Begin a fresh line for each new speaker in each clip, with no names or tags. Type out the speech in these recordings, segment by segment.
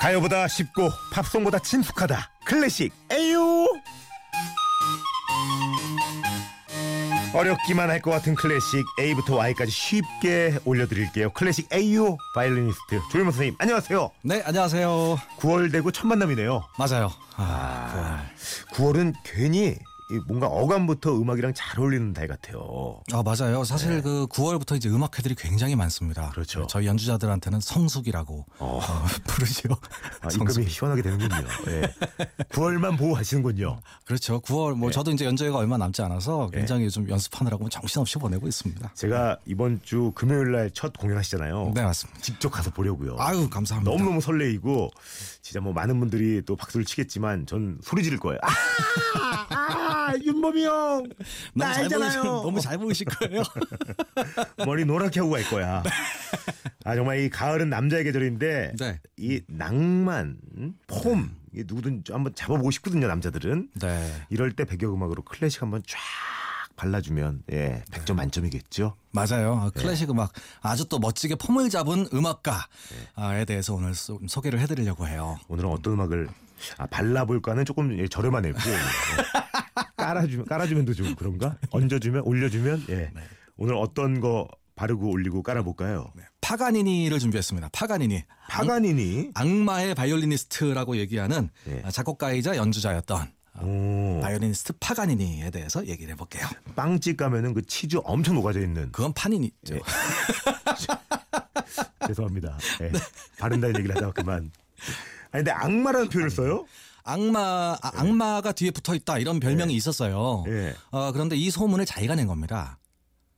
가요보다 쉽고 팝송보다 친숙하다 클래식 에요 어렵기만 할 것 같은 클래식 A부터 Y까지 쉽게 올려드릴게요 클래식 에요 바이올리니스트 조일모 선생님 안녕하세요
네, 안녕하세요.
9월 되고 첫 만남이네요
맞아요. 아,
9월은 괜히 이 뭔가 어감부터 음악이랑 잘 어울리는 달 같아요
아, 맞아요. 사실 그 9월부터 이제 음악회들이 굉장히 많습니다. 네,
그렇죠.
저희 연주자들한테는 성숙이라고
어.
어, 부르죠.
아,
성숙.
입금이 시원하게 되는군요 예. 9월만 보호하시는군요
그렇죠. 9월 뭐 저도 이제 연주회가 얼마 남지 않아서 굉장히 요즘 연습하느라고 정신없이 보내고 있습니다.
제가 이번 주 금요일 날 첫 공연하시잖아요
네, 맞습니다.
직접 가서 보려고요
아유, 감사합니다.
너무너무 설레이고 진짜 뭐 많은 분들이 또 박수를 치겠지만 전 소리 지를 거예요. 아, 아 윤범이 형. 나
너무 잘
알잖아요.
보이시, 너무 잘 보이실 거예요.
머리 노랗게 하고 갈 거야. 아 정말 이 가을은 남자의 계절인데
네.
이 낭만, 음? 폼 이게 누구든 좀 한번 잡아보고 싶거든요 남자들은.
네.
이럴 때 배경음악으로 클래식 한번 쫙 발라주면 예 100점
네.
만점이겠죠.
맞아요. 아, 클래식 음악 아주 또 멋지게 폼을 잡은 음악가에 대해서 오늘 소, 소개를 해드리려고 해요.
오늘은 어떤 음악을 아, 발라볼까는 조금 예, 저렴한 앱고 깔아주면 깔아주면도 좀 그런가 네. 얹어주면 올려주면 예 오늘 어떤 거 바르고 올리고 깔아볼까요?
네. 파가니니를 준비했습니다. 파가니니.
파가니니
악마의 바이올리니스트라고 얘기하는 아,
예.
작곡가이자 연주자였던
아. 오,
바이올리니스트 파가니니에 대해서 얘기를 해볼게요.
빵집 가면은 그 치즈 엄청 녹아져 있는
그건 파니니죠.
예. 죄송합니다 예, 바른다는 얘기를 하다가 그만 아니 근데 악마라는 표현을 써요?
악마 아, 악마가 뒤에 붙어 있다 이런 별명이 있었어요.
예.
어, 그런데 이 소문을 자기가 낸 겁니다.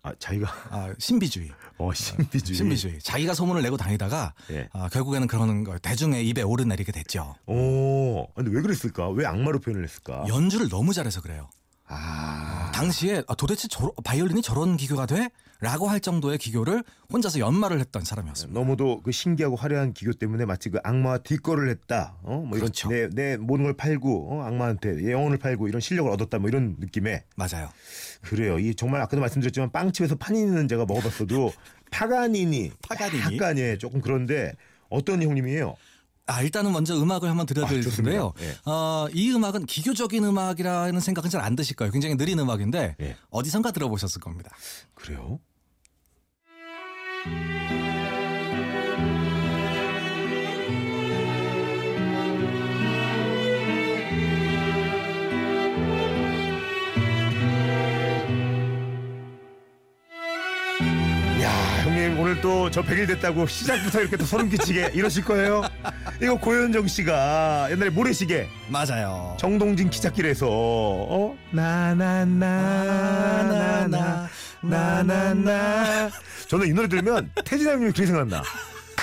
아 자기가
아, 신비주의,
어 신비주의
신비주의. 자기가 소문을 내고 다니다가
예.
아, 결국에는 그런 걸 대중의 입에 오르내리게 됐죠.
오 근데 왜 그랬을까? 왜 악마로 표현을 했을까?
연주를 너무 잘해서 그래요.
아
당시에 아, 도대체 저 바이올린이 저런 기교가 돼? 라고 할 정도의 기교를 혼자서 연마를 했던 사람이었습니다.
너무도 그 신기하고 화려한 기교 때문에 마치 그 악마와 뒷거를 했다. 어? 뭐 이런
그렇죠.
내, 내 모든 걸 팔고 어? 악마한테 영혼을 팔고 이런 실력을 얻었다. 뭐 이런 느낌에
맞아요.
그래요. 이 정말 아까도 말씀드렸지만 빵집에서 파니니는 제가 먹어봤어도 파가니니
파가니니?
약간 예 조금 그런데 어떤 형님이에요?
아, 일단은 먼저 음악을 한번
아, 좋습니다.
들려드릴텐데요.
예.
어, 이 음악은 기교적인 음악이라는 생각은 잘 안 드실 거예요. 굉장히 느린 음악인데
예.
어디선가 들어보셨을 겁니다.
그래요? 야 형님 오늘 또 저 100일 됐다고 시작부터 이렇게 또 소름 끼치게 이러실 거예요? 이거 고현정 씨가 옛날에 모래시계
맞아요.
정동진 기찻길에서 어? 나나나나나나 나나나 저는 이 노래 들으면 태진아 형님이 그렇게 생각나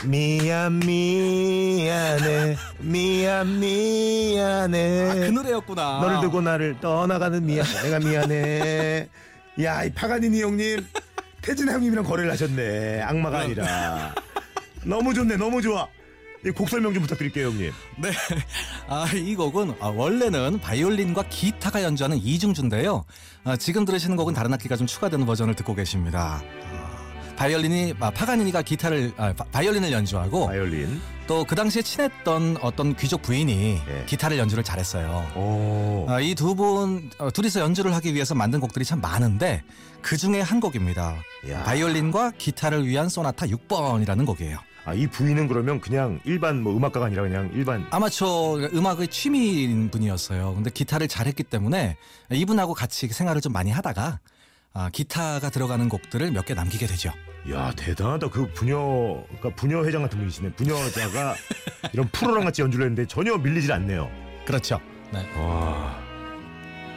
미안 미안해 미안 미안해
아, 그 노래였구나.
너를 두고 나를 떠나가는 미안 내가 미안해 야 이 파가니니 형님 태진아 형님이랑 거래를 하셨네 악마가 아니라 너무 좋네 너무 좋아 이 곡 설명 좀 부탁드릴게요 형님
네. 아, 이 곡은 아, 원래는 바이올린과 기타가 연주하는 이중주인데요. 아, 지금 들으시는 곡은 다른 악기가 좀 추가된 버전을 듣고 계십니다. 아, 바이올린이 아, 파가니니가 기타를 아, 바- 바이올린을 연주하고
바이올린
또 그 당시에 친했던 어떤 귀족 부인이
예.
기타를 연주를 잘했어요.
오.
이 두 분 어, 둘이서 연주를 하기 위해서 만든 곡들이 참 많은데 그 중에 한 곡입니다.
야.
바이올린과 기타를 위한 소나타 6번이라는 곡이에요.
아, 이 부인은 그러면 그냥 일반 뭐 음악가가 아니라 그냥 일반
아마추어 음악의 취미인 분이었어요. 근데 기타를 잘했기 때문에 이분하고 같이 생활을 좀 많이 하다가 아, 기타가 들어가는 곡들을 몇 개 남기게 되죠.
야 대단하다 그 부녀 그러니까 부녀 회장 같은 분이시네 부녀자가 이런 프로랑 같이 연주를 했는데 전혀 밀리질 않네요
그렇죠. 네.
와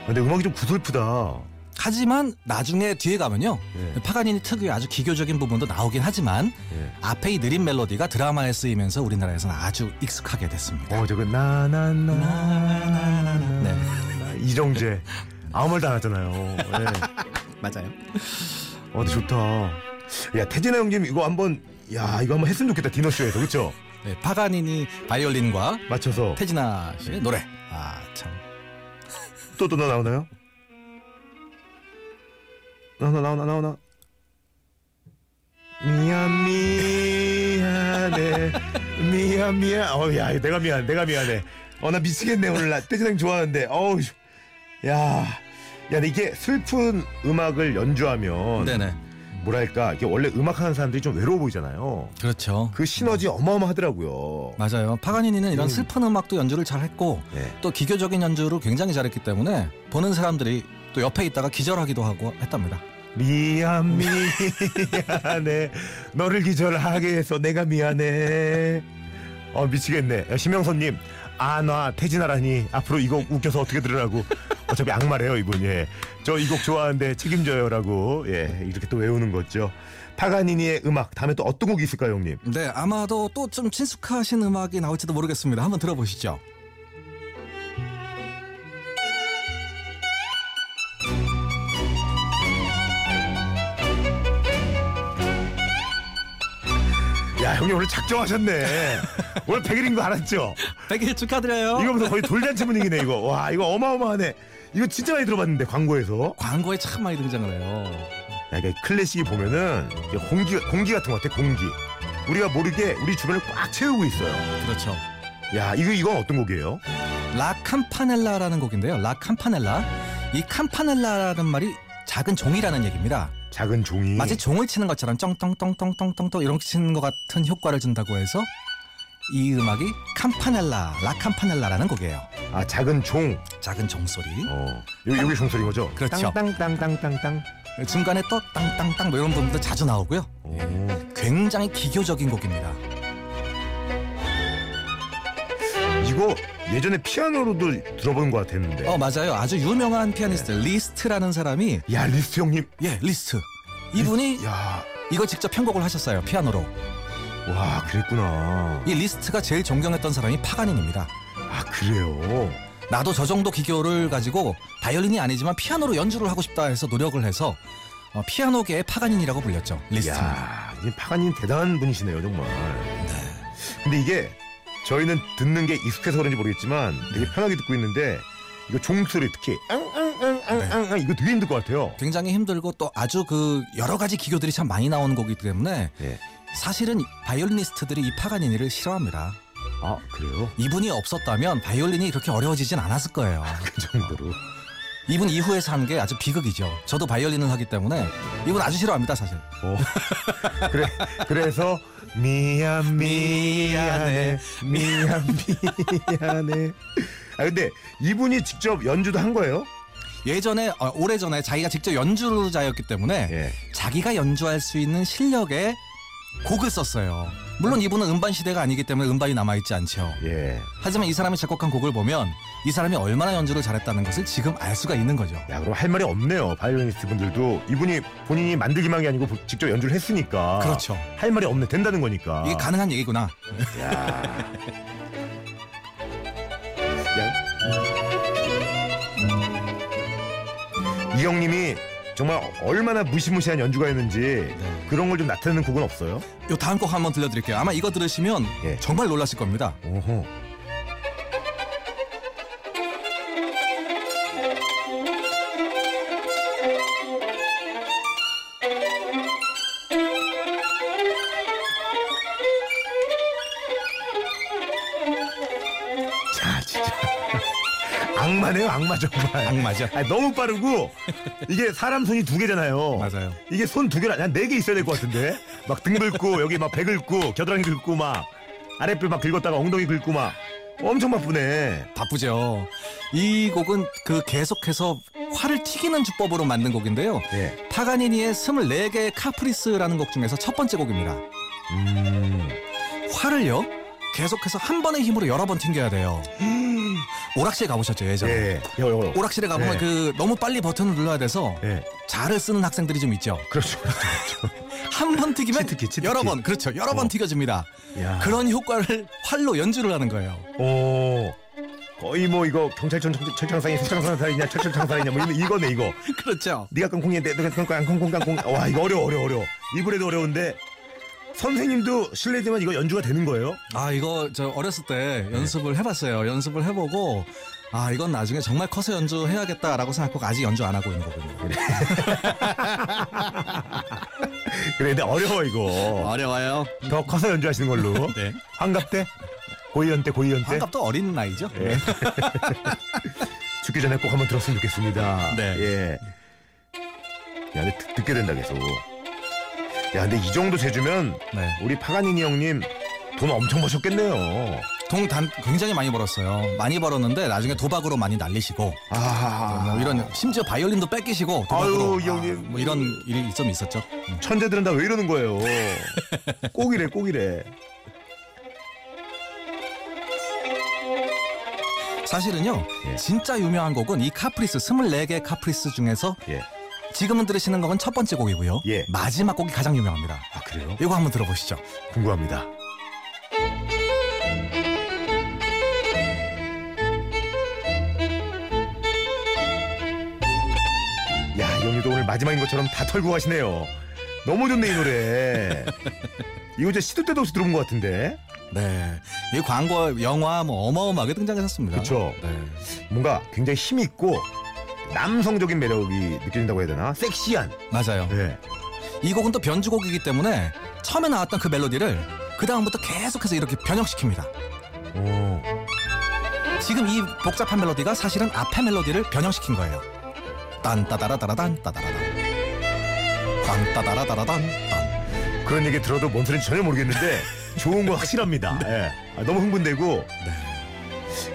근데 음악이 좀 구슬프다
하지만 나중에 뒤에 가면요.
예.
파가니니 특유의 아주 기교적인 부분도 나오긴 하지만
예.
앞에 이 느린 멜로디가 드라마에 쓰이면서 우리나라에서는 아주 익숙하게 됐습니다.
어 저거 나나나나나나
네.
이정재 아무 말도 안 하잖아요 예.
맞아요.
어 근데 좋다 야 태진아 형님 이거 한번 야 이거 한번 했으면 좋겠다 디너쇼에서 그쵸
네, 파가니니 바이올린과
맞춰서
태진아 씨의 노래. 아, 참.
또 또 나오나요? 나오나 나오나 나오나 미안 미안해 미안 미안. 어야 내가 미안. 내가 미안해. 어 나 미치겠네 오늘 나 떼지랑 좋아하는데. 어우. 야. 야 근데 이게 슬픈 음악을 연주하면
네네.
뭐랄까 이게 원래 음악하는 사람들이 좀 외로워 보이잖아요.
그렇죠.
그 시너지 어마어마하더라고요.
맞아요. 파가니니는 이런
음.
슬픈 음악도 연주를 잘했고
네.
또 기교적인 연주를 굉장히 잘했기 때문에 보는 사람들이 또 옆에 있다가 기절하기도 하고 했답니다.
미안 미안해 너를 기절하게 해서 내가 미안해 어 미치겠네 야, 심영선님 아나 태진아라니 앞으로 이 곡 웃겨서 어떻게 들으라고 어차피 악마래요 이분 예저 이 곡 좋아하는데 책임져요라고 예 이렇게 또 외우는 거죠 파가니니의 음악 다음에 또 어떤 곡이 있을까요 형님
네, 아마도 또 좀 친숙하신 음악이 나올지도 모르겠습니다. 한번 들어보시죠.
야 형님 오늘 작정하셨네 오늘 100일인 거 알았죠
100일 축하드려요.
이거부터 거의 돌잔치 분위기네 이거 와 이거 어마어마하네 이거 진짜 많이 들어봤는데 광고에서
광고에 참 많이 등장을 해요.
야, 이게 클래식이 보면은 이게 공기 공기 같은 것 같아 공기 우리가 모르게 우리 주변을 꽉 채우고 있어요
그렇죠.
야 이거 이건 어떤 곡이에요
라 캄파넬라라는 곡인데요. 라 캄파넬라. 이 캄파넬라라는 말이 작은 종이라는 얘기입니다.
작은 종이
마치 종을 치는 것처럼 쩡똥똥똥똥똥똥 이렇게 치는 것 같은 효과를 준다고 해서 이 음악이 캄파넬라, 라 캄파넬라라는 곡이에요.
아 작은 종
작은 종소리.
어. 여기 여기 종소리인 거죠
그렇죠.
땅땅땅땅땅땅
중간에 또 땅땅땅 뭐 이런 부분도 자주 나오고요.
오.
굉장히 기교적인 곡입니다.
이거 예전에 피아노로도 들어본 것 같았는데
어 맞아요. 아주 유명한 피아니스트 리스트라는 사람이
야 리스트 형님
예 리스트 이분이
네. 야와
이걸 직접 편곡을 하셨어요 피아노로.
그랬구나
이 리스트가 제일 존경했던 사람이 파가닌입니다.
아 그래요
나도 저 정도 기교를 가지고 바이올린이 아니지만 피아노로 연주를 하고 싶다 해서 노력을 해서 어, 피아노계의 파가닌이라고 불렸죠. 리스트.
야, 이 파가님 대단한 분이시네요, 정말. 근데 이게 저희는 듣는 게 익숙해서 그런지 모르겠지만 되게 편하게 듣고 있는데 이거 종소리 특히 앙앙앙앙앙 이거 되게 힘들 것 같아요.
굉장히 힘들고 또 아주 그 여러 가지 기교들이 참 많이 나오는 거기 때문에
예.
사실은 바이올리니스트들이 이 파가니니를 싫어합니다.
아, 그래요?
이분이 없었다면 바이올린이 그렇게 어려워지진 않았을 거예요.
그 정도로.
이분 이후에 산 게 아주 비극이죠. 저도 바이올린을 하기 때문에 이분 아주 싫어합니다, 사실.
어. 그래, 그래서 미안 미안해 미안 미안해. 아 근데 이분이 직접 연주도 한 거예요?
예전에 어, 오래전에 자기가 직접 연주자였기 때문에
예.
자기가 연주할 수 있는 실력의 곡을 썼어요. 물론 이분은 음반 시대가 아니기 때문에 음반이 남아있지 않죠.
예.
하지만 이 사람이 작곡한 곡을 보면 이 사람이 얼마나 연주를 잘했다는 것을 지금 알 수가 있는 거죠.
야 그럼 할 말이 없네요 바이올리니스트 분들도 이분이 본인이 만들기만이 아니고 부- 직접 연주를 했으니까
그렇죠.
할 말이 없네 된다는 거니까
이게 가능한 얘기구나.
야. 예. 야. 이 형님이 정말 얼마나 무시무시한 연주가였는지
네.
그런 걸 좀 나타내는 곡은 없어요?
요 다음 곡 한번 들려드릴게요. 아마 이거 들으시면
예. 네.
정말 놀라실 겁니다.
오호 자 진짜 악마네요 악마 정말
악마죠.
아니, 너무 빠르고 이게 사람 손이 두 개잖아요
맞아요.
이게 손 두 개라 한네 개 있어야 될 것 같은데 막 등 긁고 여기 막 배 긁고 겨드랑이 긁고 막 아랫배 막 긁었다가 엉덩이 긁고 막 엄청 바쁘네
바쁘죠. 이 곡은 그 계속해서 화를 튀기는 주법으로 만든 곡인데요.
예.
파가니니의 24개의 카프리스라는 곡 중에서 첫 번째 곡입니다.
음.
활을요 계속해서 한 번의 힘으로 여러 번 튕겨야 돼요. 오락실 가보셨죠 예전에?
음. 예. 요, 요, 요.
오락실에 가보면
예.
그 너무 빨리 버튼을 눌러야 돼서
예.
자를 쓰는 학생들이 좀 있죠.
그렇죠. 그렇죠.
한 번 튀기면
치트키, 치트키.
여러 번 그렇죠 여러 번
어.
튀겨집니다.
야.
그런 효과를 활로 연주를 하는 거예요.
오. 거의 뭐 이거 경찰청 철- 철창상이 철창상살이냐 철철창살이냐 뭐 이런 이거네 이거.
그렇죠.
네가 깡콩이인데 내가 깡콩 깡콩 깡콩. 와 이거 어려 워 어려 워 어려. 워 이번에도 어려운데 선생님도 실례지만 이거 연주가 되는 거예요?
아 이거 저 어렸을 때
네.
연습을 해봤어요. 연습을 해보고 아 이건 나중에 정말 커서
네.
연주해야겠다라고 생각하고 아직 연주 안 하고 있는 거군요.
그래 근데 어려워 이거.
어려워요.
더 커서 연주하시는 걸로.
아, 네.
환갑 때? 고이연 때 고이연 때?
환갑도 어린 나이죠.
예. 죽기 전에 꼭 한번 들었으면 좋겠습니다.
네.
예. 야, 근데 듣, 듣게 된다 계속. 야, 근데 이 정도 재주면
네.
우리 파가니니 형님 돈 엄청 버셨겠네요.
동단 굉장히 많이 벌었어요. 많이 벌었는데 나중에 도박으로 많이 날리시고
아,
뭐 이런 심지어 바이올린도 뺏기시고 도박으로
아유, 이 형님.
뭐 이런 일이 좀 있었죠. 음.
천재들은 다 왜 이러는 거예요? 꼭 이래, 꼭 이래.
사실은요
예.
진짜 유명한 곡은 이 카프리스 24개 카프리스 중에서
예.
지금은 들으시는 곡은 첫 번째 곡이고요.
예.
마지막 곡이 가장 유명합니다.
아, 그래요?
이거 한번 들어보시죠.
궁금합니다. 야, 이 형님도 오늘 마지막인 것처럼 다 털고 가시네요. 너무 좋네, 이 노래. 이거 진짜 시도 때도 없이 들어본 것 같은데.
네, 이 광고, 영화 뭐 어마어마하게 등장했었습니다.
그쵸.
네.
뭔가 굉장히 힘있고 남성적인 매력이 느껴진다고 해야 되나? 섹시한.
맞아요.
네.
이 곡은 또 변주곡이기 때문에 처음에 나왔던 그 멜로디를 그 다음부터 계속해서 이렇게 변형시킵니다.
오.
지금 이 복잡한 멜로디가 사실은 앞에 멜로디를 변형시킨 거예요. 딴따다라다라단 따다라단 광따다라다라단 딴.
그런 얘기 들어도 뭔 소리인지 전혀 모르겠는데 좋은 거 확실합니다. 예. 아, 너무 흥분되고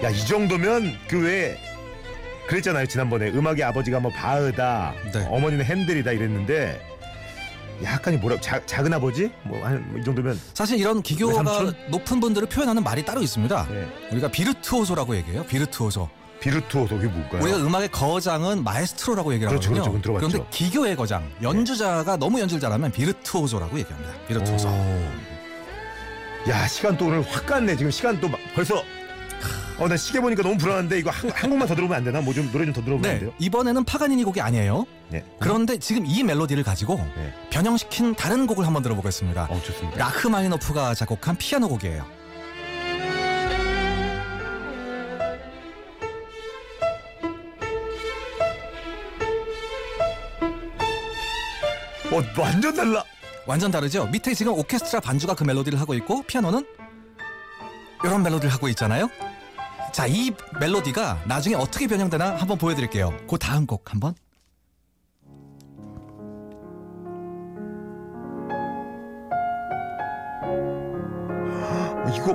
야 이 정도면 그 외에 그랬잖아요 지난번에 음악의 아버지가 뭐 바흐다
네.
어머니는 핸들이다 이랬는데 약간이 뭐라 자, 작은 아버지 뭐 한 이 정도면
사실 이런 기교가
네, 외삼촌?
높은 분들을 표현하는 말이 따로 있습니다.
예.
우리가 비르투오소라고 얘기해요. 비르투오소.
비르투오도 그게 뭘까요?
우리가 음악의 거장은 마에스트로라고 얘기를
네. 그렇죠,
하거든요.
그렇죠. 네. 그건 들어봤죠.
그런데 기교의 거장, 연주자가 너무 연주를 잘하면 비르투오소라고 얘기합니다. 비르투오소.
오. 야 시간 또 오늘 확 갔네 지금 시간 또 막- 벌써 어나 시계 보니까 너무 불안한데 이거 한, 한 곡만 더 들어보면 안 되나? 뭐 좀 노래 좀 더 들어보면 안
네,
돼요?
이번에는 파가니니 곡이 아니에요.
네.
그런데 지금 이 멜로디를 가지고
네.
변형시킨 다른 곡을 한번 들어보겠습니다.
어 좋습니다.
라흐마니노프가 작곡한 피아노 곡이에요.
어 완전 달라.
완전 다르죠? 밑에 지금 오케스트라 반주가 그 멜로디를 하고 있고 피아노는 이런 멜로디를 하고 있잖아요. 자, 이 멜로디가 나중에 어떻게 변형되나 한번 보여드릴게요. 그 다음 곡 한번.
어, 이거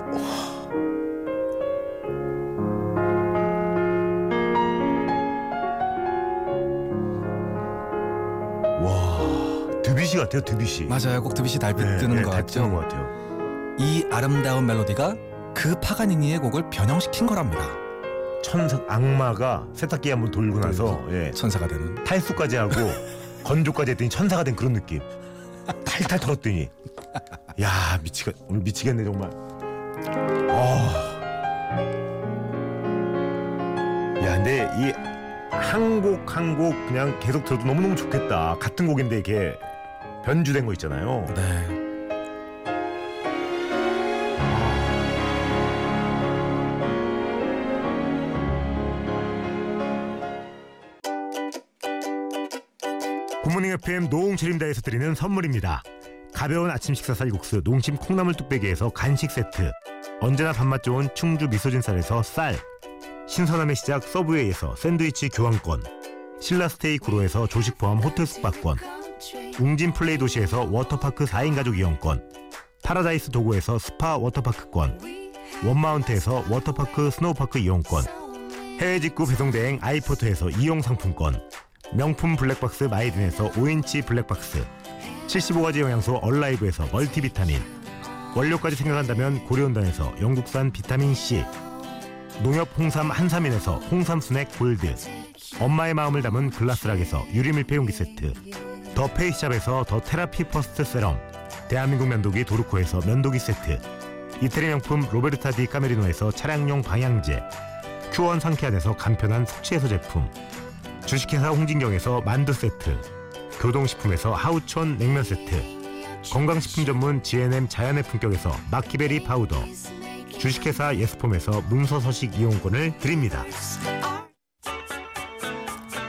와 드비시 같아요 드비시
맞아요. 꼭 드빗이
네,
달빛 뜨는 것
잘 뜨는
같죠?
것 같아요
이 아름다운 멜로디가 그 파가니니의 곡을 변형시킨 거랍니다.
천사 악마가 세탁기 한번 돌고 나서 예,
천사가 되는.
탈수까지 하고 건조까지 했더니 천사가 된 그런 느낌 탈탈 털었더니 야 미치겠 오늘 미치겠네 정말 어. 야 근데 이 한 곡 한 곡 그냥 계속 들어도 너무너무 좋겠다 같은 곡인데 이게 변주된 거 있잖아요
네.
굿모닝 FM 노홍철입니다에서 드리는 선물입니다. 가벼운 아침 식사 쌀국수 농심 콩나물 뚝배기에서 간식 세트 언제나 밥맛 좋은 충주 미소진 쌀에서 쌀 신선함의 시작 서브웨이에서 샌드위치 교환권 신라스테이 구로에서 조식 포함 호텔 숙박권 웅진 플레이 도시에서 워터파크 4인 가족 이용권 파라다이스 도구에서 스파 워터파크권 원마운트에서 워터파크 스노우파크 이용권 해외 직구 배송대행 아이포터에서 이용 상품권 명품 블랙박스 마이든에서 5인치 블랙박스 75가지 영양소 얼라이브에서 멀티비타민 원료까지 생각한다면 고려온단에서 영국산 비타민C 농협 홍삼 한삼인에서 홍삼 스낵 골드 엄마의 마음을 담은 글라스락에서 유리밀폐용기 세트 더 페이스샵에서 더 테라피 퍼스트 세럼 대한민국 면도기 도르코에서 면도기 세트 이태리 명품 로베르타 디 카메리노에서 차량용 방향제 큐원 상쾌한에서 간편한 숙취해소 제품 주식회사 홍진경에서 만두 세트, 교동식품에서 하우촌 냉면 세트, 건강식품 전문 GNM 자연의 품격에서 마키베리 파우더, 주식회사 예스폼에서 문서 서식 이용권을 드립니다.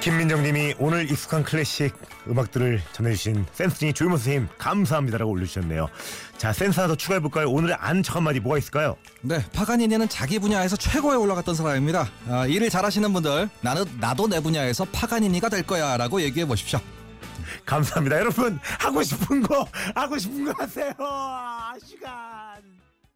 김민정님이 오늘 익숙한 클래식 음악들을 전해주신 센스니 조윤모 선생님 감사합니다라고 올려주셨네요. 자 센스 하나 더 추가해볼까요? 오늘의 안척 한마디 뭐가 있을까요?
네, 파가니니는 자기 분야에서 최고에 올라갔던 사람입니다. 아, 일을 잘하시는 분들, 나는 나도 내 분야에서 파가니니가 될 거야라고 얘기해 보십시오.
감사합니다. 여러분 하고 싶은 거 하고 싶은 거 하세요. 아, 시간.